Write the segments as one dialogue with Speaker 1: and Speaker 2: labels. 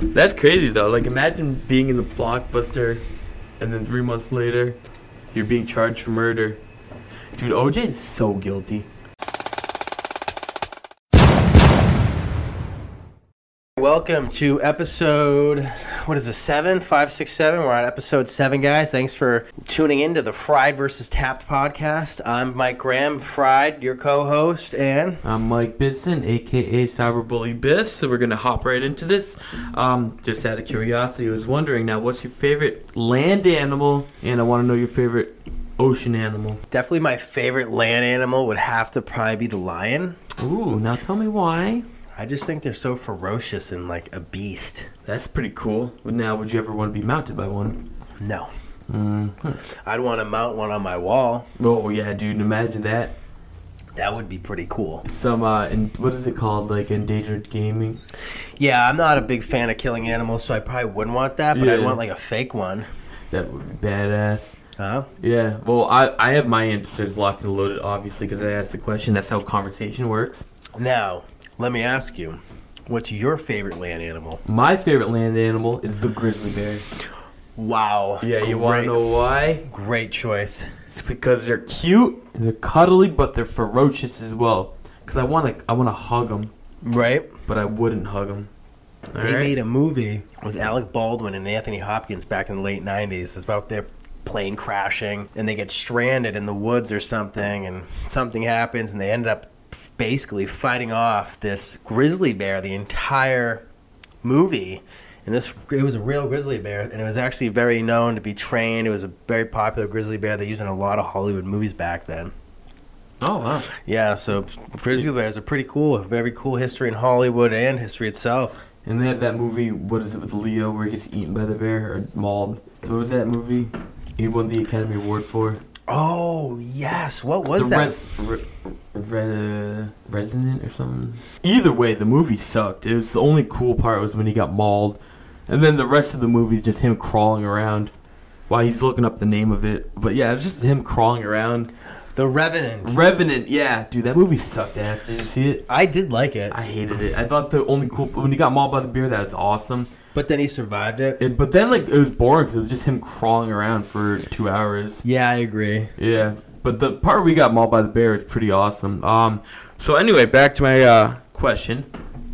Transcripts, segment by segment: Speaker 1: That's crazy though. Like imagine being in the blockbuster and then three months later you're being charged for murder. Dude, OJ is so guilty.
Speaker 2: Welcome to episode, what is this, seven? Five, six, seven. We're on episode seven, guys. Thanks for tuning in to the Fried versus Tapped podcast. I'm Mike Graham, Fried, your co host, and
Speaker 1: I'm Mike Bitson, aka Cyberbully Biss. So we're gonna hop right into this. Um, just out of curiosity, I was wondering now, what's your favorite land animal? And I want to know your favorite ocean animal.
Speaker 2: definitely my favorite land animal would have to probably be the lion.
Speaker 1: Ooh, now tell me why.
Speaker 2: I just think they're so ferocious and like a beast.
Speaker 1: That's pretty cool. Now, would you ever want to be mounted by one?
Speaker 2: No. I'd want to mount one on my wall.
Speaker 1: Oh yeah, dude, imagine that.
Speaker 2: That would be pretty cool.
Speaker 1: Some uh, in, what is it called? Like endangered gaming.
Speaker 2: Yeah, I'm not a big fan of killing animals, so I probably wouldn't want that, but I'd
Speaker 1: Yeah.
Speaker 2: want like a fake one.
Speaker 1: That would be badass.
Speaker 2: Huh?
Speaker 1: Yeah. Well, I I have my answers locked and loaded, obviously, because I asked the question. That's how conversation works.
Speaker 2: Now, let me ask you, what's your favorite land animal?
Speaker 1: My favorite land animal is the grizzly bear.
Speaker 2: Wow.
Speaker 1: Yeah, you want
Speaker 2: great,
Speaker 1: to know why?
Speaker 2: Great choice.
Speaker 1: It's because they're cute, and they're cuddly, but they're ferocious as well. Cause I want to, I want to hug them,
Speaker 2: Right?
Speaker 1: but I wouldn't hug them.
Speaker 2: They made a movie with Alec Baldwin and Anthony Hopkins back in the late 90s. It's about their plane crashing and they get stranded in the woods or something and something happens and they end up f- basically fighting off this grizzly bear the entire movie. And this it was a real grizzly bear and it was actually very known to be trained. It was a very popular grizzly bear they used in a lot of Hollywood movies back then.
Speaker 1: Oh wow.
Speaker 2: Yeah, so grizzly bears are pretty cool. Very cool history in Hollywood and history itself.
Speaker 1: And they have that movie. What is it with Leo where he gets eaten by the bear or mauled? So what was that movie? He won the Academy Award for.
Speaker 2: Oh yes, what was
Speaker 1: the
Speaker 2: that?
Speaker 1: Res- re- re- resonant or something. Either way, the movie sucked. It was the only cool part was when he got mauled, and then the rest of the movie is just him crawling around while he's looking up the name of it. But yeah, it's just him crawling around.
Speaker 2: the Revenant.
Speaker 1: Revenant. Yeah, dude, that movie sucked ass. Did you see it?
Speaker 2: I did like it,
Speaker 1: I hated it. I thought the only cool when he got mauled by the bear, that was awesome.
Speaker 2: but then he survived it.
Speaker 1: It, but then like it was boring 'cause it was just him crawling around for two hours.
Speaker 2: Yeah, I agree.
Speaker 1: Yeah, but the part we got mauled by the bear is pretty awesome. Um, so anyway, back to my uh, question.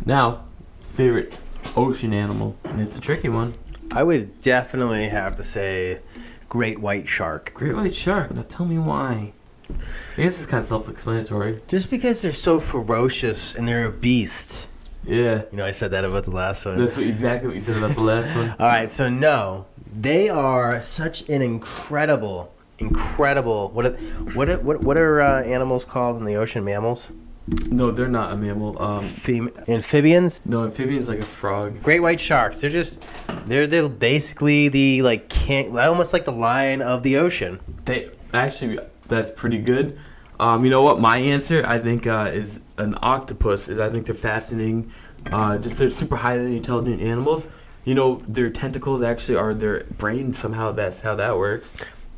Speaker 1: Now, favorite ocean animal? And it's a tricky one.
Speaker 2: I would definitely have to say great white shark.
Speaker 1: Great white shark. Now tell me why. I guess it's kind of self-explanatory.
Speaker 2: Just because they're so ferocious and they're a beast.
Speaker 1: Yeah,
Speaker 2: You know, I said that about the last one.
Speaker 1: that's what, exactly what you said about the last one.
Speaker 2: All right, so no, they are such an incredible, incredible. What are, what are, what, what are uh, animals called in the ocean? Mammals,
Speaker 1: No, they're not a mammal. Um,
Speaker 2: Fem- amphibians.
Speaker 1: no, amphibian's like a frog.
Speaker 2: Great white sharks. They're just, they're they're basically the like king, almost like the lion of the ocean.
Speaker 1: They actually, that's pretty good. Um, you know what? My answer, I think, uh, is an octopus. Is I think they're fascinating. Uh, just they're super highly intelligent animals. You know, their tentacles actually are their brain somehow. That's how that works.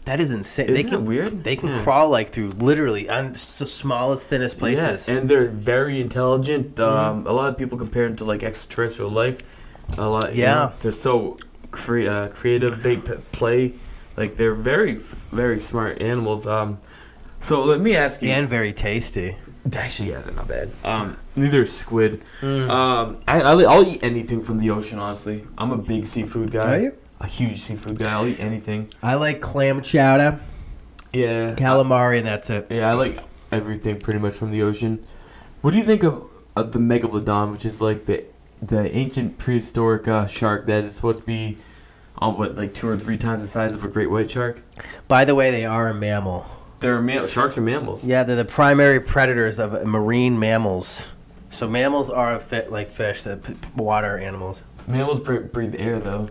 Speaker 2: That is insane. they
Speaker 1: Isn't
Speaker 2: can
Speaker 1: it weird?
Speaker 2: They can
Speaker 1: Yeah.
Speaker 2: crawl like through literally un- s- smallest, thinnest places. Mm-hmm.
Speaker 1: Yeah, and they're very intelligent. Um, A lot of people compare them to like extraterrestrial life. A lot. you
Speaker 2: Yeah.
Speaker 1: know, they're so cre- uh, creative. They p- play. Like they're very, very smart animals. Um, so let me ask you.
Speaker 2: and very tasty.
Speaker 1: Actually, yeah, they're not bad. Um, neither is squid. Um, I, I'll, I'll eat anything from the ocean. Honestly, I'm a big seafood guy.
Speaker 2: Are you?
Speaker 1: A huge seafood guy. I'll eat anything.
Speaker 2: I like clam chowder,
Speaker 1: Yeah.
Speaker 2: calamari, and that's it.
Speaker 1: yeah, I like everything pretty much from the ocean. What do you think of, of the megalodon, which is like the the ancient prehistoric uh, shark that is supposed to be, um, what like two or three times the size of a great white shark?
Speaker 2: By the way, they are a mammal.
Speaker 1: They're mam- sharks are mammals.
Speaker 2: Yeah, they're the primary predators of marine mammals. So mammals are fit like fish, the p- p- water animals.
Speaker 1: Mammals bre- breathe air though.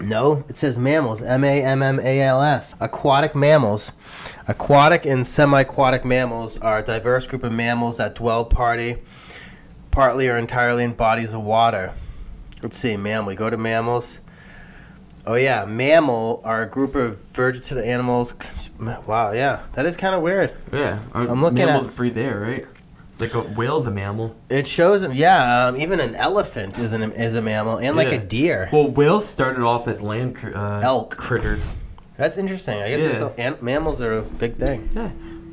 Speaker 2: No, it says mammals. M A M M A L S. Aquatic mammals. Aquatic and semi-aquatic mammals are a diverse group of mammals that dwell party, partly or entirely in bodies of water. Let's see, mammal. We go to mammals. Oh yeah, mammal are a group of vegetal animals. Wow, yeah, that is kind of weird.
Speaker 1: Yeah, aren't
Speaker 2: I'm looking at-
Speaker 1: mammals breathe air, right? Like a whale's a mammal.
Speaker 2: It shows them. Yeah, um, even an elephant is an is a mammal, and like
Speaker 1: Yeah.
Speaker 2: a deer.
Speaker 1: Well, whales started off as land cr- uh,
Speaker 2: Elk.
Speaker 1: critters.
Speaker 2: That's interesting. I guess
Speaker 1: Yeah.
Speaker 2: it's a, an, mammals are a big thing.
Speaker 1: Yeah.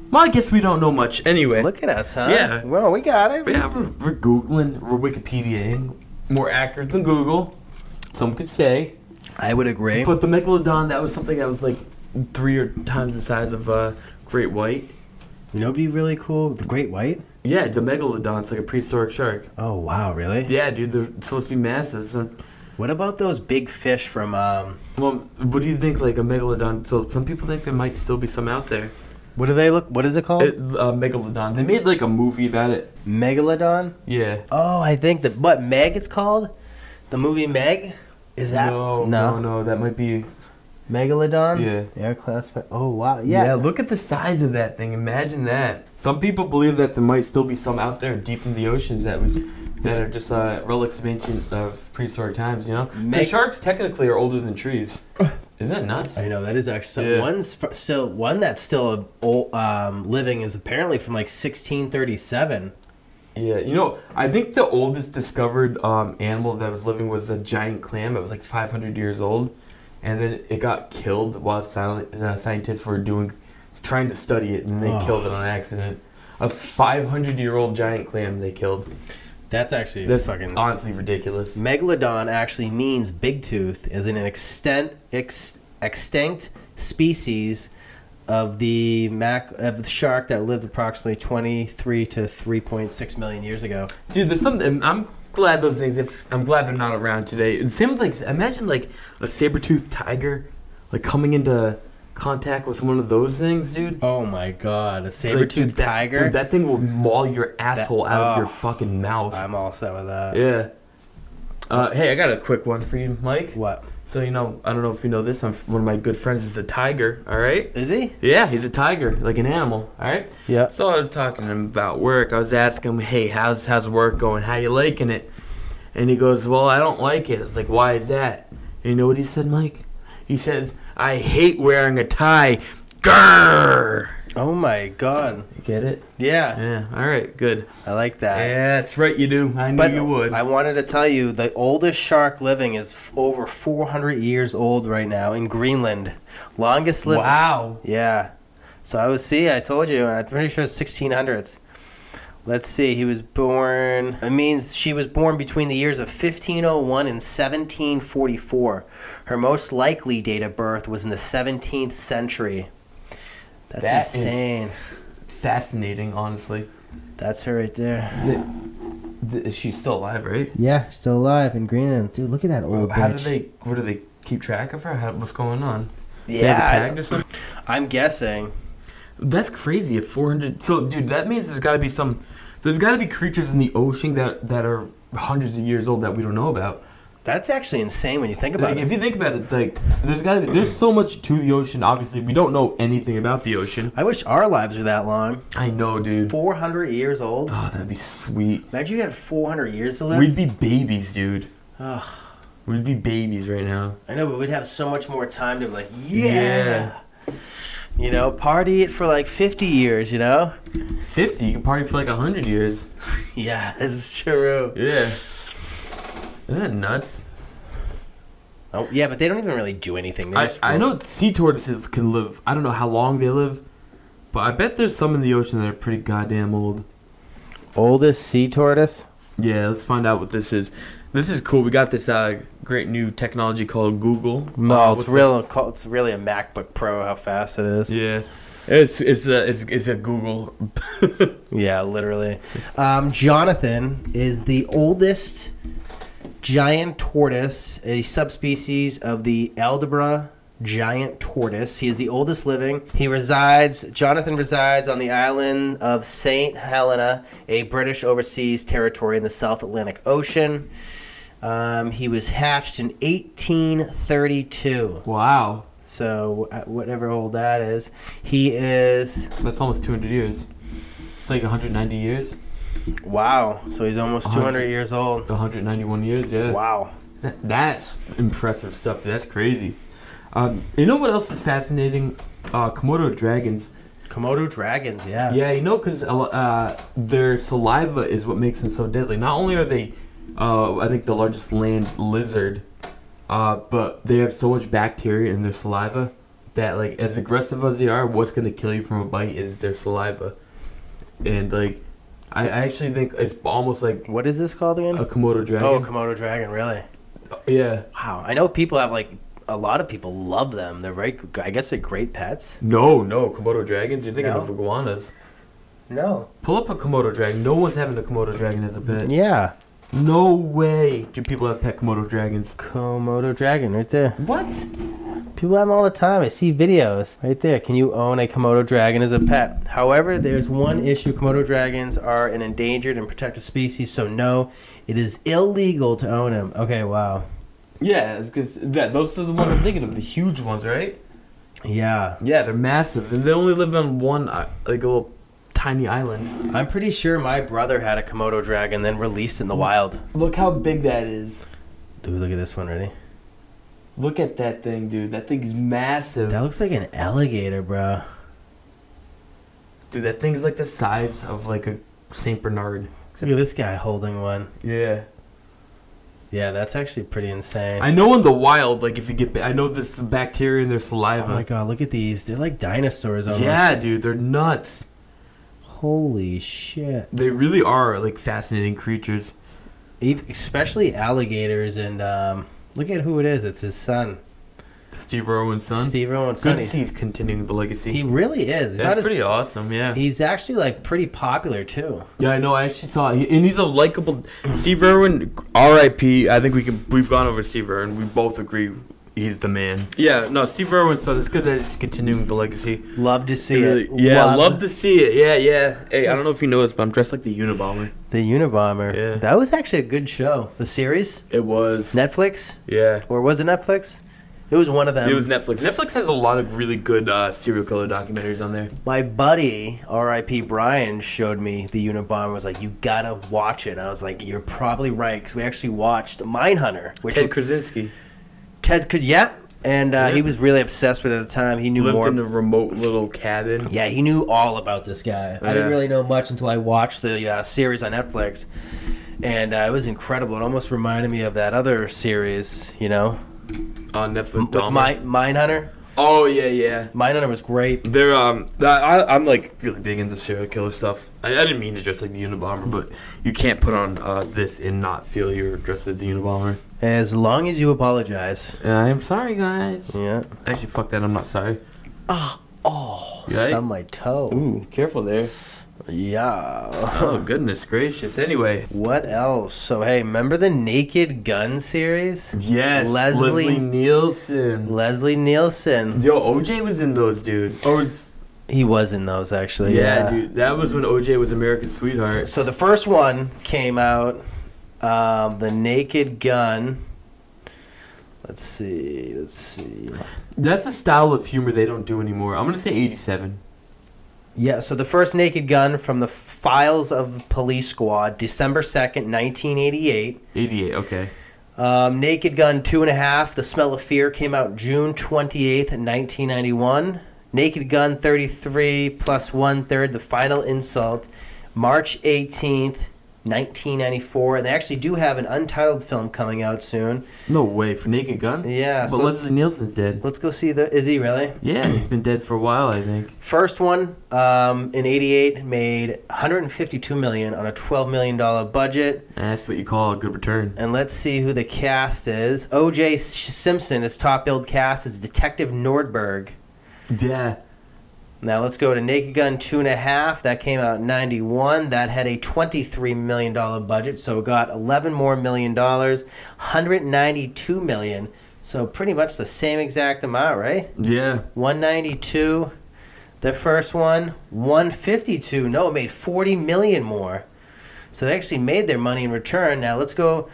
Speaker 1: Well, I guess we don't know much anyway.
Speaker 2: Look at us, huh?
Speaker 1: Yeah.
Speaker 2: Well, we got it.
Speaker 1: But yeah, we're, we're Googling, we're Wikipediaing, more accurate than Google, some could say.
Speaker 2: I would agree.
Speaker 1: But the Megalodon, that was something that was like three or times the size of uh, Great White.
Speaker 2: you know, what'd be really cool. The great white.
Speaker 1: Yeah, the Megalodon's like a prehistoric shark.
Speaker 2: Oh wow, really?
Speaker 1: Yeah, dude, they're supposed to be massive. So,
Speaker 2: What about those big fish from? Um,
Speaker 1: well, what do you think, like a Megalodon? So some people think there might still be some out there.
Speaker 2: what do they look? What is it called?
Speaker 1: It, uh, Megalodon. They made like a movie about it.
Speaker 2: Megalodon.
Speaker 1: Yeah.
Speaker 2: Oh, I think the but Meg. It's called the movie Meg. Is that
Speaker 1: no, no, no, that might be.
Speaker 2: Megalodon?
Speaker 1: Yeah.
Speaker 2: They are classified. Oh wow.
Speaker 1: Yeah.
Speaker 2: Yeah.
Speaker 1: look at the size of that thing. Imagine that. Some people believe that there might still be some out there deep in the oceans that was that are just uh, relics of ancient of prehistoric times. You know, 'Cause
Speaker 2: Meg-
Speaker 1: sharks technically are older than trees. Is that nuts?
Speaker 2: I know that is actually some,
Speaker 1: Yeah.
Speaker 2: one's fr- still one that's still old, um, living is apparently from like 1637.
Speaker 1: Yeah, you know, I think the oldest discovered um, animal that was living was a giant clam. It was like 500 years old, and then it got killed while silent, uh, scientists were doing, trying to study it, and they
Speaker 2: Oh.
Speaker 1: killed it on accident. A 500 year old giant clam they killed.
Speaker 2: That's actually
Speaker 1: That's
Speaker 2: fucking.
Speaker 1: honestly ridiculous.
Speaker 2: Megalodon actually means big tooth, is an extent ex, extinct species of the mac of the shark that lived approximately 23 to 3.6 million years ago.
Speaker 1: Dude, there's something. I'm glad those things. If I'm glad they're not around today. It seems like imagine like a saber-toothed tiger, like coming into contact with one of those things, dude.
Speaker 2: Oh my god,
Speaker 1: Like,
Speaker 2: a
Speaker 1: dude,
Speaker 2: saber-toothed
Speaker 1: that-
Speaker 2: tiger.
Speaker 1: Dude, that thing will maul your asshole out of
Speaker 2: oh.
Speaker 1: your fucking mouth.
Speaker 2: I'm all set with that.
Speaker 1: yeah. Uh, hey, I got a quick one for you, Mike.
Speaker 2: What?
Speaker 1: So you know, I don't know if you know this. I'm, one of my good friends is a tiger. All right.
Speaker 2: Is he?
Speaker 1: Yeah, he's a tiger, like an animal. All right.
Speaker 2: Yeah.
Speaker 1: So I was talking to him about work. I was asking him, "Hey, how's how's work going? How you liking it?" And he goes, "Well, I don't like it." It's like, "Why is that?" And you know what he said, Mike? He says, "I hate wearing a tie." Grrr.
Speaker 2: Oh my god.
Speaker 1: Get it?
Speaker 2: Yeah,
Speaker 1: Yeah. All right. Good.
Speaker 2: I like that.
Speaker 1: Yeah, that's right. You do. I knew
Speaker 2: But
Speaker 1: you would.
Speaker 2: I wanted to tell you the oldest shark living is f- over 400 years old right now in Greenland. Longest living.
Speaker 1: wow.
Speaker 2: Yeah. So I was see, I told you, I'm pretty sure it's 1600s. Let's see, he was born. It means she was born between the years of 1501 and 1744. Her most likely date of birth was in the 17th century. That's
Speaker 1: That is-
Speaker 2: insane.
Speaker 1: Fascinating, honestly.
Speaker 2: That's her right there.
Speaker 1: Th- th- she's still alive, right?
Speaker 2: Yeah, still alive in Greenland. Dude, look at that old
Speaker 1: How do they? What do they keep track of her? How, what's going on? They have her
Speaker 2: Yeah,
Speaker 1: tagged or something?
Speaker 2: I, am guessing.
Speaker 1: That's crazy. At 400. So, dude, that means there's got to be some. There's got to be creatures in the ocean that that are hundreds of years old that we don't know about.
Speaker 2: That's actually insane when you think about
Speaker 1: Like,
Speaker 2: it.
Speaker 1: if you think about it, like there's got to be there's so much to the ocean. Obviously, we don't know anything about the ocean.
Speaker 2: I wish our lives were that long.
Speaker 1: I know, dude.
Speaker 2: 400 years old.
Speaker 1: Oh, that'd be sweet.
Speaker 2: Imagine you had 400 years to live.
Speaker 1: We'd be babies, dude.
Speaker 2: Ugh.
Speaker 1: We'd be babies right now.
Speaker 2: I know, but we'd have so much more time to be like, yeah. You know, party it for like 50 years, you know?
Speaker 1: 50, you could party for like 100 years.
Speaker 2: Yeah, this is true.
Speaker 1: Yeah. Isn't that nuts?
Speaker 2: Oh, yeah, but they don't even really do anything. They
Speaker 1: I,
Speaker 2: just-
Speaker 1: I know sea tortoises can live, I don't know how long they live, but I bet there's some in the ocean that are pretty goddamn old.
Speaker 2: Oldest sea tortoise?
Speaker 1: Yeah, let's find out what this is. This is cool. We got this uh, great new technology called Google.
Speaker 2: No,
Speaker 1: Uh,
Speaker 2: it's
Speaker 1: with-
Speaker 2: real. It's really a MacBook Pro. How fast it is?
Speaker 1: Yeah. It's it's a it's, it's a Google.
Speaker 2: Yeah, literally. Um, Jonathan is the oldest giant tortoise, a subspecies of the Aldebra giant tortoise. He is the oldest living. He resides, Jonathan resides on the island of St. Helena, a British overseas territory in the South Atlantic Ocean. Um, he was hatched in 1832.
Speaker 1: Wow,
Speaker 2: So, uh, whatever old that is, he is.
Speaker 1: that's almost 200 years. It's like 190 years,
Speaker 2: Wow. So, he's almost 200 years old.
Speaker 1: 191 years. Yeah.
Speaker 2: Wow.
Speaker 1: Th- That's impressive stuff. That's crazy. Um, you know what else is fascinating? Uh, Komodo dragons.
Speaker 2: Komodo dragons, yeah.
Speaker 1: Yeah, you know, because uh, their saliva is what makes them so deadly. Not only are they, uh, I think, the largest land lizard, uh, but they have so much bacteria in their saliva that, like, as aggressive as they are, what's going to kill you from a bite is their saliva. And, like, I, I actually think it's almost like
Speaker 2: What is this called again?
Speaker 1: a Komodo dragon.
Speaker 2: Oh, Komodo dragon, really?
Speaker 1: yeah.
Speaker 2: Wow. I know people have like a lot of people love them. They're very I guess they're great pets.
Speaker 1: No, no, Komodo dragons. You're thinking
Speaker 2: No?
Speaker 1: of iguanas.
Speaker 2: No.
Speaker 1: Pull up a Komodo dragon. No one's having a Komodo dragon as a pet.
Speaker 2: Yeah.
Speaker 1: No way do people have pet Komodo dragons.
Speaker 2: Komodo dragon right there.
Speaker 1: What?
Speaker 2: People have them all the time. I see videos right there. Can you own a Komodo dragon as a pet? However, there's one issue Komodo dragons are an endangered and protected species, so no, it is illegal to own them. Okay, wow.
Speaker 1: Yeah, because that those are the ones I'm thinking of, the huge ones, right?
Speaker 2: Yeah.
Speaker 1: Yeah, they're massive, and they only live on one uh, like a little tiny island.
Speaker 2: I'm pretty sure my brother had a Komodo dragon, then released in the wild.
Speaker 1: Look how big that is.
Speaker 2: Dude, look at this one, ready?
Speaker 1: Look at that thing, dude. That thing is massive.
Speaker 2: That looks like an alligator, bro.
Speaker 1: dude, that thing is like the size of like a Saint Bernard.
Speaker 2: Look at this guy holding one.
Speaker 1: Yeah.
Speaker 2: Yeah, that's actually pretty insane.
Speaker 1: I know in the wild, like if you get, ba- I know this is bacteria in their
Speaker 2: oh my
Speaker 1: saliva.
Speaker 2: god, look at these. They're like dinosaurs almost.
Speaker 1: yeah, dude, they're nuts.
Speaker 2: Holy shit.
Speaker 1: They really are like fascinating creatures.
Speaker 2: Ev- especially alligators and um, look at who it is. It's his son,
Speaker 1: Steve Irwin's son.
Speaker 2: Steve Irwin's
Speaker 1: Good
Speaker 2: son.
Speaker 1: to
Speaker 2: He's-
Speaker 1: see he's continuing the legacy.
Speaker 2: He really is. He's,
Speaker 1: That's
Speaker 2: not as,
Speaker 1: pretty awesome. Yeah.
Speaker 2: he's actually like pretty popular too.
Speaker 1: Yeah, I know. I actually saw, it. and he's a likable Steve Irwin. R.I.P. I think we can. We've gone over Steve Irwin. We both agree he's the man. Yeah, no, Steve Irwin. So it's good that he's continuing the legacy.
Speaker 2: Love to see it.
Speaker 1: yeah, uh, love to see it. Yeah, yeah. Hey, I don't know if you know this, but I'm dressed like the Unabomber.
Speaker 2: the Unabomber.
Speaker 1: Yeah.
Speaker 2: That was actually a good show. The series,
Speaker 1: It was.
Speaker 2: Netflix,
Speaker 1: Yeah,
Speaker 2: or was it Netflix? It was one of them.
Speaker 1: it was Netflix. Netflix has a lot of really good uh, serial killer documentaries on there.
Speaker 2: My buddy, R.I.P. Brian, showed me the Unabomber. Was like, you gotta watch it. And I was like, you're probably right because we actually watched Mindhunter, which
Speaker 1: Ted Krasinski
Speaker 2: Ted could, yep. And uh,
Speaker 1: Yeah.
Speaker 2: he was really obsessed with it at the time. He knew
Speaker 1: lived
Speaker 2: more.
Speaker 1: in a remote little cabin.
Speaker 2: yeah, he knew all about this guy. I
Speaker 1: Yeah.
Speaker 2: didn't really know much until I watched the uh, series on Netflix, and uh, it was incredible. It almost reminded me of that other series, you know,
Speaker 1: on Netflix.
Speaker 2: with
Speaker 1: Dahmer.
Speaker 2: my Mindhunter.
Speaker 1: oh yeah, yeah.
Speaker 2: Mindhunter was great.
Speaker 1: They're um, I, I I'm like really big into serial killer stuff. I, I didn't mean to dress like the Unabomber, but you can't put on uh, this and not feel you're dressed as the Unabomber.
Speaker 2: As long as you apologize.
Speaker 1: Uh, I'm sorry, guys.
Speaker 2: Yeah.
Speaker 1: Mm. Actually, fuck that. I'm not sorry. Ah,
Speaker 2: Oh,
Speaker 1: Right?
Speaker 2: stung my toe.
Speaker 1: Ooh, careful there.
Speaker 2: Yeah.
Speaker 1: Oh goodness gracious. Anyway,
Speaker 2: What else? So hey, remember the Naked Gun series?
Speaker 1: yes, Leslie,
Speaker 2: Leslie-
Speaker 1: Nielsen.
Speaker 2: Leslie Nielsen.
Speaker 1: Yo, OJ was in those, dude. Or was,
Speaker 2: He was in those actually.
Speaker 1: yeah, dude. That was when OJ was America's sweetheart.
Speaker 2: So the first one came out, um, the Naked Gun. Let's see. Let's see.
Speaker 1: That's a style of humor they don't do anymore. I'm gonna say 87.
Speaker 2: Yeah, so the first Naked Gun from the files of Police Squad, December 2nd, 1988.
Speaker 1: 88. Okay.
Speaker 2: Um, Naked Gun two and a half. The Smell of Fear came out June twenty eighth, nineteen ninety one. Naked Gun thirty three plus one third. The Final Insult, March eighteenth, nineteen ninety four. And they actually do have an untitled film coming out soon.
Speaker 1: No way for Naked Gun.
Speaker 2: Yeah,
Speaker 1: But
Speaker 2: so let's,
Speaker 1: Leslie Nielsen's dead.
Speaker 2: let's go see the. Is he really?
Speaker 1: Yeah, he's been dead for a while, I think.
Speaker 2: First one um, in eighty eight made one hundred and fifty two million on a twelve million dollar budget.
Speaker 1: And that's what you call a good return.
Speaker 2: And let's see who the cast is. O.J. S- Simpson is top billed cast as Detective Nordberg.
Speaker 1: Yeah.
Speaker 2: Now let's go to Naked Gun two and a half. That came out in ninety one. That had a twenty three million dollar budget, so it got eleven more million dollars, hundred ninety two million. So pretty much the same exact amount, right?
Speaker 1: Yeah.
Speaker 2: One ninety two. The first one, one fifty two. No, it made forty million more. So they actually made their money in return. Now let's go.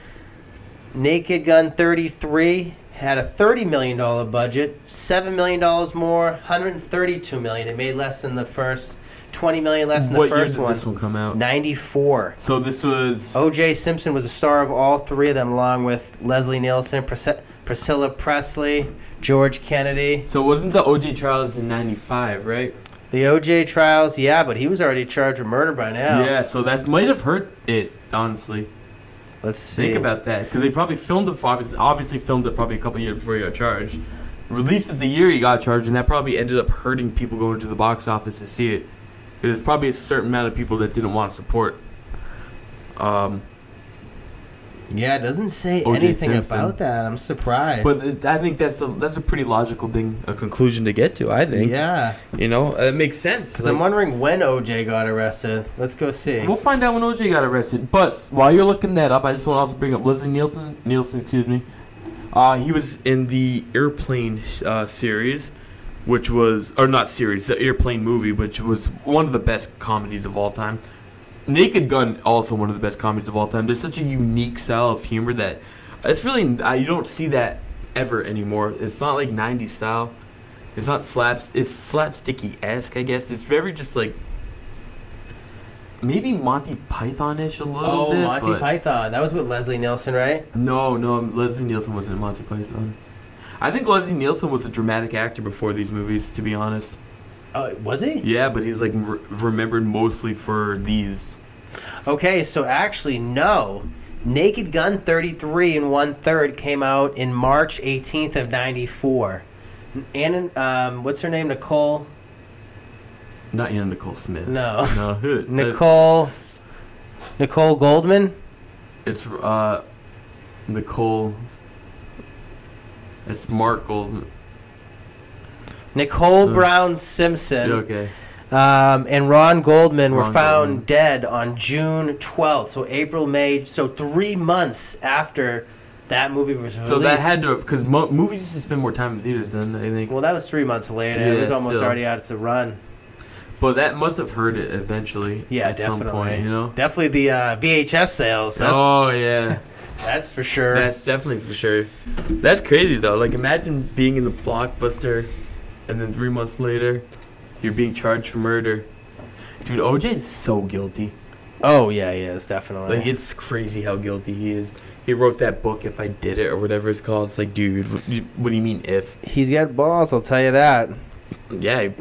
Speaker 2: Naked Gun thirty three had a thirty million dollar budget, seven million dollars more, hundred thirty two million. It made less than the first twenty million less than
Speaker 1: what
Speaker 2: the first
Speaker 1: year did
Speaker 2: one. Oh.
Speaker 1: this one come out?
Speaker 2: Ninety four.
Speaker 1: So this was.
Speaker 2: O.J. Simpson was a star of all three of them, along with Leslie Nielsen, Pris- Priscilla Presley, George Kennedy.
Speaker 1: So wasn't the OJ trials in '95, right?
Speaker 2: The OJ trials, yeah, but he was already charged with murder by now.
Speaker 1: Yeah, so that might have hurt it, honestly.
Speaker 2: Let's see.
Speaker 1: Think about that, because they probably filmed it. Obviously, obviously filmed it probably a couple years before he got charged. Released it the year he got charged, and that probably ended up hurting people going to the box office to see it. 'Cause There's probably a certain amount of people that didn't want to support. Um,
Speaker 2: yeah, it doesn't say
Speaker 1: O.J.
Speaker 2: anything
Speaker 1: Simpson.
Speaker 2: about that. I'm surprised.
Speaker 1: but it- I think that's a that's a pretty logical thing, a conclusion to get to. I think.
Speaker 2: yeah,
Speaker 1: You know, it makes sense.
Speaker 2: because
Speaker 1: like-
Speaker 2: I'm wondering when OJ got arrested. Let's go see.
Speaker 1: We'll find out when OJ got arrested. But while you're looking that up, I just want to also bring up Leslie Nielsen. Nielsen, excuse me. Uh, he was in the Airplane uh, series, which was or not series, the Airplane movie, which was one of the best comedies of all time. Naked Gun, also one of the best comedies of all time. There's such a unique style of humor that it's really uh, you don't see that ever anymore. It's not like '90s style. It's not slaps. It's slapsticky esque, I guess. It's very just like maybe Monty Python ish a little
Speaker 2: Oh,
Speaker 1: bit.
Speaker 2: Monty
Speaker 1: but-
Speaker 2: Python. That was with Leslie Nielsen, right?
Speaker 1: No, no. Leslie Nielsen wasn't in Monty Python. I think Leslie Nielsen was a dramatic actor before these movies, to be honest.
Speaker 2: Oh, was he?
Speaker 1: Yeah, but he's like re- remembered mostly for these.
Speaker 2: Okay, so actually, no. Naked Gun 33 and one third came out in March 18th of 94. And um, what's her name? Nicole.
Speaker 1: Not Anna Nicole Smith.
Speaker 2: No.
Speaker 1: No.
Speaker 2: Nicole. Nicole Goldman.
Speaker 1: It's uh, Nicole. It's Mark Goldman.
Speaker 2: Nicole
Speaker 1: Uh,
Speaker 2: Brown
Speaker 1: Yeah,
Speaker 2: Simpson
Speaker 1: okay.
Speaker 2: um, and Ron Goldman were
Speaker 1: Ron
Speaker 2: found
Speaker 1: Goldman.
Speaker 2: dead on June 12th. So April, May, so three months after that movie was released.
Speaker 1: So that had to because mo- movies used to spend more time in theaters than I think.
Speaker 2: Well, that was three months later. it
Speaker 1: Yeah,
Speaker 2: was almost
Speaker 1: still.
Speaker 2: already out its run.
Speaker 1: But that must have hurt it eventually.
Speaker 2: Yeah,
Speaker 1: at
Speaker 2: definitely.
Speaker 1: some point, you know.
Speaker 2: Definitely the uh, VHS sales. That's
Speaker 1: oh yeah,
Speaker 2: that's for sure.
Speaker 1: that's definitely for sure. That's crazy though. Like imagine being in the blockbuster, and then three months later, you're being charged for murder. Dude, OJ is so guilty.
Speaker 2: oh yeah, yeah, it's definitely.
Speaker 1: Like it's crazy how guilty he is. He wrote that book, "If I Did It" or whatever it's called. It's like, dude, what do you- what do you mean if?
Speaker 2: He's got balls, I'll tell you that.
Speaker 1: Yeah, he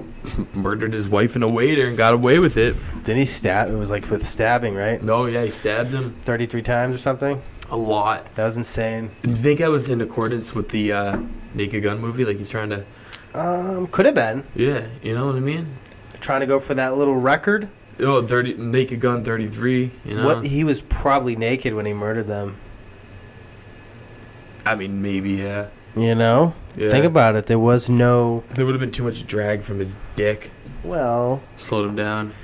Speaker 1: murdered his wife and a waiter and got away with it.
Speaker 2: Didn't he stab? It was like with stabbing, right?
Speaker 1: No, yeah, he stabbed him
Speaker 2: Thirty-three times or something.
Speaker 1: a lot.
Speaker 2: That was insane.
Speaker 1: Do you think I was in accordance with the uh, Naked Gun movie? Like he's trying to,
Speaker 2: Um, could have been
Speaker 1: yeah, you know what I mean?
Speaker 2: trying to go for that little record.
Speaker 1: Oh, 30, Naked Gun 33, you know?
Speaker 2: What he was probably naked when he murdered them.
Speaker 1: I mean, maybe, yeah.
Speaker 2: You know,
Speaker 1: yeah.
Speaker 2: think about it. There was no.
Speaker 1: There would have been too much drag from his dick.
Speaker 2: Well,
Speaker 1: Slowed him down.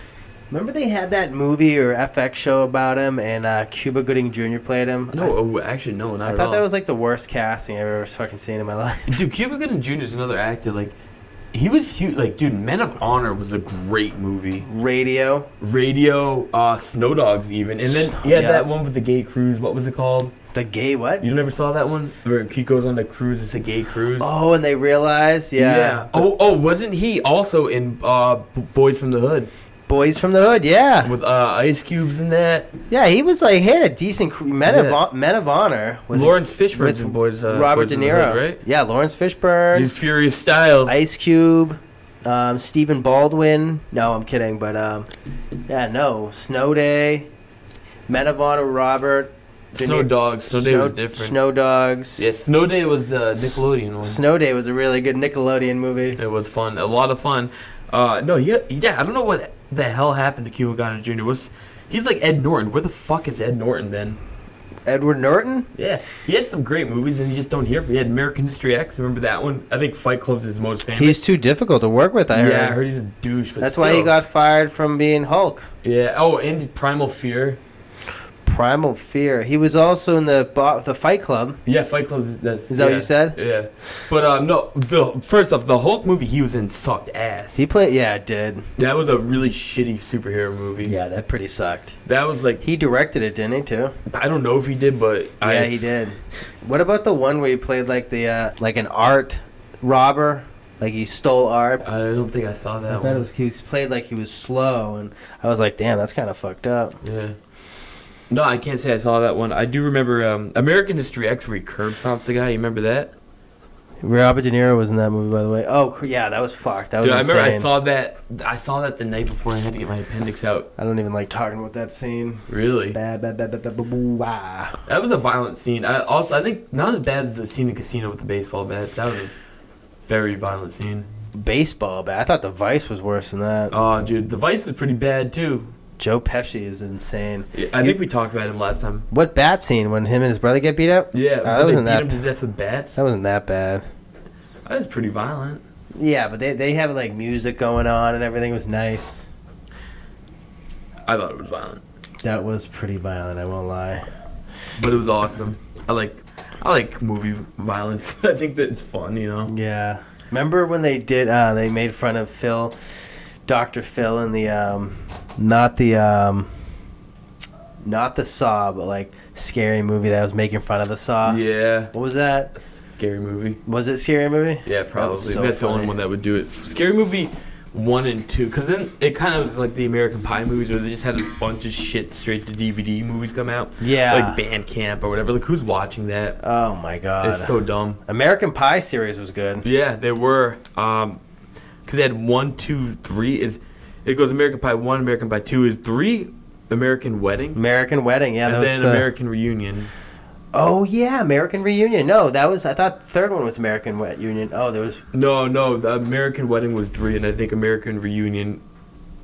Speaker 2: remember they had that movie or FX show about him, and uh, Cuba Gooding Jr. played him. I-
Speaker 1: No, oh, actually, no, not
Speaker 2: I
Speaker 1: at
Speaker 2: thought
Speaker 1: all.
Speaker 2: that was like the worst casting I've ever fucking seen in my life.
Speaker 1: Dude, Cuba Gooding Jr. is another actor. Like, he was huge. Like, dude, Men of Honor was a great movie.
Speaker 2: Radio,
Speaker 1: Radio, uh, Snow Dogs, even. And then he had
Speaker 2: Yeah.
Speaker 1: that one with the gay cruise. What was it called?
Speaker 2: the gay what?
Speaker 1: You never saw that one? Where he goes on the cruise. It's a gay cruise.
Speaker 2: Oh, and they realize, yeah.
Speaker 1: Oh, oh, wasn't he also in uh, B- Boys from the Hood
Speaker 2: Boys from the Hood, yeah,
Speaker 1: with uh, Ice Cubes and that?
Speaker 2: yeah. He was like, he had a decent cre- men of
Speaker 1: Yeah.
Speaker 2: of men of honor. Was
Speaker 1: Lawrence Fishburne's
Speaker 2: with
Speaker 1: in Boys. Uh,
Speaker 2: Robert
Speaker 1: Boys
Speaker 2: De
Speaker 1: in the Hood,
Speaker 2: Niro,
Speaker 1: right?
Speaker 2: Yeah, Lawrence Fishburne,
Speaker 1: He's Furious Styles.
Speaker 2: Ice Cube, um, Stephen Baldwin. No, I'm kidding, but um, yeah, no, Snow Day, Men of Honor, Robert, De
Speaker 1: Snow
Speaker 2: Niro-
Speaker 1: Dogs. Snow, Day was different.
Speaker 2: Snow Dogs.
Speaker 1: yeah, Snow Day was the Nickelodeon one.
Speaker 2: Snow Day was a really good Nickelodeon movie.
Speaker 1: it was fun. A lot of fun. Uh, no, yeah, yeah. I don't know what the hell happened to Cuba Gooding Jr. Was he's like Ed Norton? Where the fuck is Ed Norton been?
Speaker 2: Edward Norton.
Speaker 1: Yeah, he had some great movies, and you just don't hear. From. He had American History X. Remember that one? I think Fight Club's his most famous.
Speaker 2: He's too difficult to work with. I heard.
Speaker 1: yeah, I heard he's a douche. But
Speaker 2: That's why he
Speaker 1: still.
Speaker 2: got fired from being Hulk.
Speaker 1: Yeah. Oh, and Primal Fear.
Speaker 2: Primal Fear. He was also in the bo- the Fight Club.
Speaker 1: Yeah, Fight Club. is- That's,
Speaker 2: Is that what
Speaker 1: yeah.
Speaker 2: you said?
Speaker 1: Yeah, but um, no. The first off, the Hulk movie he was in sucked ass.
Speaker 2: He played. Yeah, it did.
Speaker 1: that was a really shitty superhero movie.
Speaker 2: Yeah, that pretty sucked.
Speaker 1: that was like
Speaker 2: He directed it, didn't he? Too.
Speaker 1: I don't know if he did, but I,
Speaker 2: yeah, he did. What about the one where he played like the uh, like an art robber? Like he stole art.
Speaker 1: I don't think I saw
Speaker 2: I
Speaker 1: that
Speaker 2: thought
Speaker 1: one.
Speaker 2: it was he was played like he was slow, and I was like, damn, that's kind of fucked up.
Speaker 1: yeah. No, I can't say I saw that one. I do remember um, American History X where he curb stomps the guy. You remember that?
Speaker 2: Robert De Niro was in that movie, by the way. Oh, cr- yeah, that was fucked. That was
Speaker 1: Dude, I
Speaker 2: insane.
Speaker 1: remember
Speaker 2: I,
Speaker 1: I saw that. I saw that the night before I had to get my appendix out.
Speaker 2: don't even like talking about that scene.
Speaker 1: Really,
Speaker 2: Bad, bad, bad, bad, bad, bad, boo, ah.
Speaker 1: that was a violent scene. I also, I think not as bad as the scene in Casino with the baseball bat. That was a very violent scene.
Speaker 2: Baseball, bad. I thought The Vice was worse than that.
Speaker 1: Oh, dude, the Vice is pretty bad too.
Speaker 2: Joe Pesci is insane.
Speaker 1: I think we talked about him last time.
Speaker 2: What bat scene when him and his brother get beat up?
Speaker 1: Yeah,
Speaker 2: Uh, that
Speaker 1: when they
Speaker 2: wasn't that-
Speaker 1: beat him to death with bats.
Speaker 2: That wasn't that bad.
Speaker 1: That was pretty violent.
Speaker 2: Yeah, but they they have like music going on and everything was nice.
Speaker 1: I thought it was violent,
Speaker 2: That was pretty violent. I won't lie.
Speaker 1: but it was awesome. I like, I like movie violence. I think that it's fun, you know.
Speaker 2: Yeah. Remember when they did? Uh, they made fun of Phil, Doctor Phil, and the um, not the um, not the Saw, but like scary movie that was making fun of the Saw.
Speaker 1: yeah,
Speaker 2: What was that?
Speaker 1: scary movie.
Speaker 2: Was it scary movie?
Speaker 1: Yeah,
Speaker 2: was
Speaker 1: probably.
Speaker 2: so
Speaker 1: That's the
Speaker 2: funny.
Speaker 1: only one that would do it. Scary movie one and two, because then it kind of was like the American Pie movies, where they just had a bunch of shit straight to DVD movies come out,
Speaker 2: Yeah.
Speaker 1: like Bandcamp or whatever. Like, who's watching that?
Speaker 2: oh my god.
Speaker 1: It's so dumb.
Speaker 2: American Pie series was good.
Speaker 1: Yeah, they were. Um 'cause because they had one, two, three. Is it goes American Pie one, American Pie two is three, American Wedding,
Speaker 2: American Wedding, yeah. that
Speaker 1: and
Speaker 2: was
Speaker 1: then
Speaker 2: the-
Speaker 1: American Reunion.
Speaker 2: Oh yeah, American Reunion. No, that was I thought the third one was American Wet Union. Oh, there was
Speaker 1: No, no, the American Wedding was three, and I think American Reunion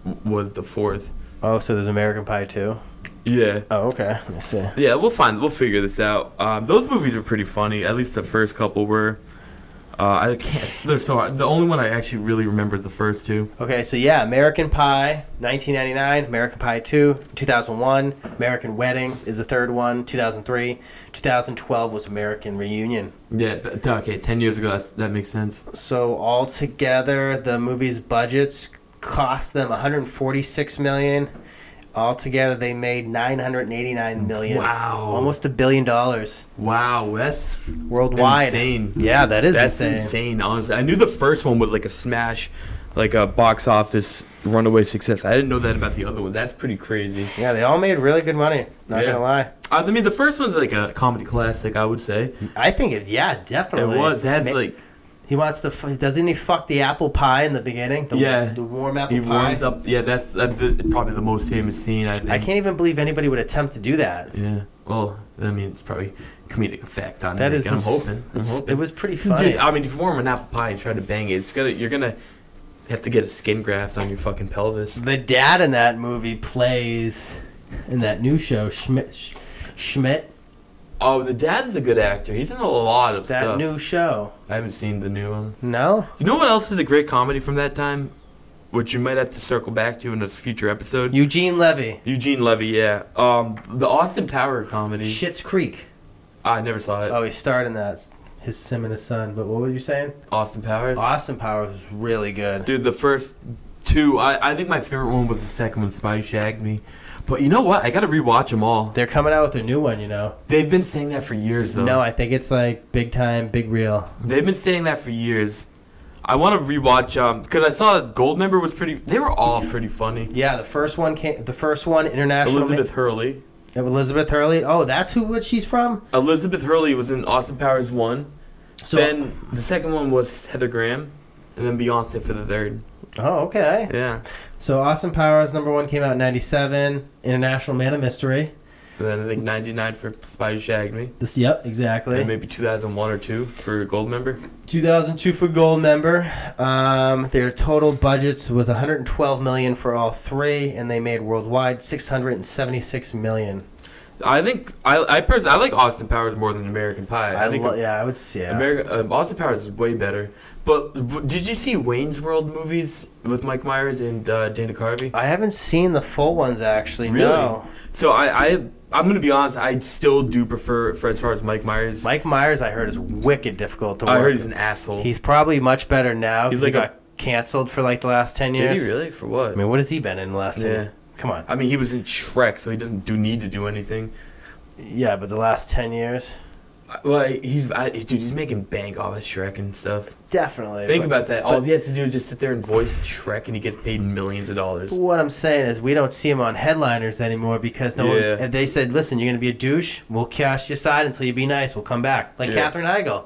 Speaker 1: w- was the fourth.
Speaker 2: Oh, so there's American Pie too.
Speaker 1: Yeah.
Speaker 2: Oh, okay. Let me see.
Speaker 1: Yeah, we'll find. We'll figure this out. Um, those movies are pretty funny. At least the first couple were. Uh, I can't. They're so. hard. The only one I actually really remember is the first two.
Speaker 2: Okay, so yeah, American Pie, 1999, American Pie 2, 2001, American Wedding is the third one, 2003, 2012 was American Reunion.
Speaker 1: Yeah. th- Okay. Ten years ago. That's, that makes sense.
Speaker 2: So altogether, the movie's budgets cost them 146 million. Altogether, they made 989 million.
Speaker 1: Wow.
Speaker 2: Almost a billion dollars
Speaker 1: Wow. That's
Speaker 2: worldwide.
Speaker 1: Insane.
Speaker 2: Yeah, that is
Speaker 1: That's
Speaker 2: insane.
Speaker 1: insane. Honestly, I knew the first one was like a smash, like a box office runaway success. I didn't know that about the other one. That's pretty crazy.
Speaker 2: Yeah, they all made really good money. Not
Speaker 1: Yeah.
Speaker 2: gonna lie.
Speaker 1: Uh, I mean, the first one's like a comedy classic. I would say
Speaker 2: I think it. Yeah,
Speaker 1: it
Speaker 2: definitely.
Speaker 1: was. It had
Speaker 2: Ma-
Speaker 1: like
Speaker 2: He wants to. F- doesn't he fuck the apple pie in the beginning? The,
Speaker 1: Yeah.
Speaker 2: The warm apple
Speaker 1: he
Speaker 2: pie.
Speaker 1: warms up. Yeah. That's uh, the, probably the most famous scene. I think.
Speaker 2: I can't even believe anybody would attempt to do that.
Speaker 1: Yeah. Well, I mean, it's probably comedic effect on
Speaker 2: That
Speaker 1: it.
Speaker 2: is.
Speaker 1: I'm
Speaker 2: ins-
Speaker 1: hoping. I'm
Speaker 2: it's-
Speaker 1: hoping.
Speaker 2: It was pretty funny.
Speaker 1: Dude, I mean, if you warm an apple pie and try to bang it, it's gonna you're gonna have to get a skin graft on your fucking pelvis.
Speaker 2: the dad in that movie plays in that new show Schmidt. Sch- Schmidt.
Speaker 1: Oh, the dad's a good actor. He's in a lot of
Speaker 2: That
Speaker 1: stuff.
Speaker 2: new show.
Speaker 1: I haven't seen the new one.
Speaker 2: No.
Speaker 1: You know what else is a great comedy from that time, which you might have to circle back to in a future episode.
Speaker 2: Eugene Levy.
Speaker 1: Eugene Levy, yeah. Um, the Austin Power comedy.
Speaker 2: Shit's Creek.
Speaker 1: I never saw it.
Speaker 2: Oh, he starred in that. His him and his son. But what were you saying?
Speaker 1: Austin Powers.
Speaker 2: Austin Powers was really good.
Speaker 1: Dude, the first two. I, I think my favorite one was the second one, Spy Shagged Me. But you know what? I gotta rewatch them all.
Speaker 2: They're coming out with their new one, you know.
Speaker 1: They've been saying that for years, though.
Speaker 2: No, I think it's like big time, big reel.
Speaker 1: They've been saying that for years. I want to rewatch um because I saw Goldmember was pretty. They were all pretty funny.
Speaker 2: Yeah, the first one came. The first one, international.
Speaker 1: Elizabeth Hurley.
Speaker 2: Ma- Elizabeth Hurley. Oh, that's who what she's from.
Speaker 1: Elizabeth Hurley was in Austin Powers one.
Speaker 2: So.
Speaker 1: then the second one was Heather Graham, and then Beyonce for the third.
Speaker 2: oh, okay.
Speaker 1: Yeah.
Speaker 2: So Austin Powers number one came out in '97. International Man of Mystery.
Speaker 1: And then I think ninety nine for Spy Who Shagged Me,
Speaker 2: This. Yep,
Speaker 1: and
Speaker 2: exactly.
Speaker 1: maybe two thousand one or two for Goldmember.
Speaker 2: 2002 for Gold Member. Um, their total budgets was 112 million for all three, and they made worldwide 676 million.
Speaker 1: I think I I pers- I like Austin Powers more than American Pie. I,
Speaker 2: I
Speaker 1: think
Speaker 2: lo- yeah, I would say. Yeah.
Speaker 1: America, uh, Austin Powers is way better. But w- did you see Wayne's World movies with Mike Myers and uh, Dana Carvey?
Speaker 2: I haven't seen the full ones actually.
Speaker 1: Really?
Speaker 2: No.
Speaker 1: So I, I I'm gonna be honest. I still do prefer for as far as Mike Myers.
Speaker 2: Mike Myers, I heard, is wicked difficult to work.
Speaker 1: I heard he's an asshole.
Speaker 2: He's probably much better now
Speaker 1: He's
Speaker 2: because he
Speaker 1: like a-
Speaker 2: got canceled for like the last 10
Speaker 1: did
Speaker 2: years.
Speaker 1: he really for what?
Speaker 2: I mean, what has he been in the last 10
Speaker 1: yeah.
Speaker 2: Come on.
Speaker 1: I mean, he was in Shrek, so he doesn't do need to do anything.
Speaker 2: Yeah, but the last 10 years?
Speaker 1: I- Well, I- he's I, dude. He's making bank off of Shrek and stuff.
Speaker 2: Definitely.
Speaker 1: Think
Speaker 2: but-
Speaker 1: about that. All
Speaker 2: but-
Speaker 1: he has to do is just sit there and voice Shrek, and he gets paid millions of dollars.
Speaker 2: but What I'm saying is, we don't see him on headliners anymore because no
Speaker 1: Yeah.
Speaker 2: one. If they said, "Listen, you're going to be a douche. We'll cast you aside until you be nice. We'll come back." Like
Speaker 1: Yeah.
Speaker 2: Katherine Heigl,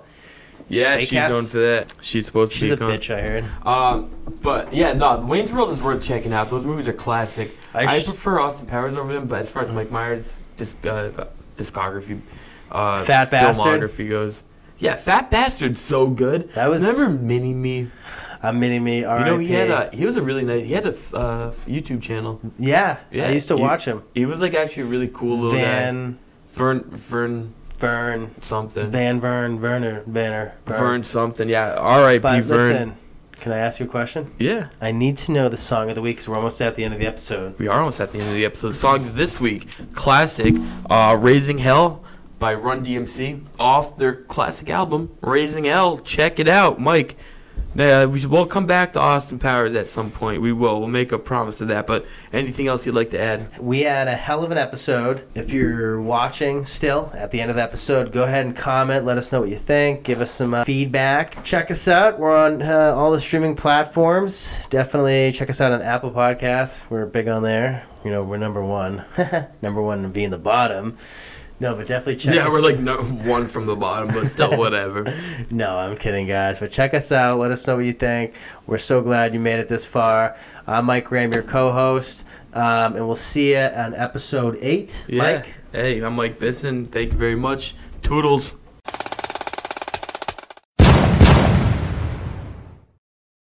Speaker 1: Yeah,
Speaker 2: Fake
Speaker 1: she's
Speaker 2: ass-
Speaker 1: known for that. She's supposed to
Speaker 2: She's
Speaker 1: be
Speaker 2: a
Speaker 1: con-
Speaker 2: bitch, I heard.
Speaker 1: Um, but yeah, no, Wayne's World is worth checking out. Those movies are classic.
Speaker 2: I
Speaker 1: I,
Speaker 2: sh-
Speaker 1: prefer Austin Powers over them, but as far as Mike Myers' disc, uh, discography, uh,
Speaker 2: Fat Bastard?
Speaker 1: filmography goes, yeah, Fat Bastard's so good.
Speaker 2: That was-
Speaker 1: remember Mini Me.
Speaker 2: A mini me. R.I.P.
Speaker 1: You know, he had a he was a really nice. He had a uh, YouTube channel.
Speaker 2: yeah,
Speaker 1: Yeah,
Speaker 2: I used to
Speaker 1: you-
Speaker 2: watch him.
Speaker 1: He was like actually a really cool little guy.
Speaker 2: Van
Speaker 1: Vern Vern
Speaker 2: Vern
Speaker 1: something.
Speaker 2: Van Vern Verner Vanner
Speaker 1: Vern something. Yeah. All right,
Speaker 2: But
Speaker 1: Vern.
Speaker 2: listen, can I ask you a question?
Speaker 1: Yeah.
Speaker 2: I need to know the song of the week because we're almost at the end of the episode.
Speaker 1: We are almost at the end of the episode. Song this week, classic, uh, "Raising Hell" by Run DMC, off their classic album "Raising Hell." Check it out, Mike. Uh, we will come back to Austin Powers at some point. We will. We'll make a promise of that. But anything else you'd like to add?
Speaker 2: We had a hell of an episode. If you're watching still at the end of the episode, go ahead and comment. Let us know what you think. Give us some uh, feedback. Check us out. We're on uh, all the streaming platforms. Definitely check us out on Apple Podcasts. We're big on there. You know, we're number one. number one being the bottom. No, but definitely check.
Speaker 1: yeah,
Speaker 2: us-
Speaker 1: we're like no, one from the bottom, but still, whatever.
Speaker 2: No, I'm kidding, guys. But check us out. Let us know what you think. We're so glad you made it this far. I'm Mike Graham, your co-host, um, and we'll see you on episode eight.
Speaker 1: Yeah.
Speaker 2: Mike.
Speaker 1: Hey, I'm Mike Bisson. Thank you very much. Toodles.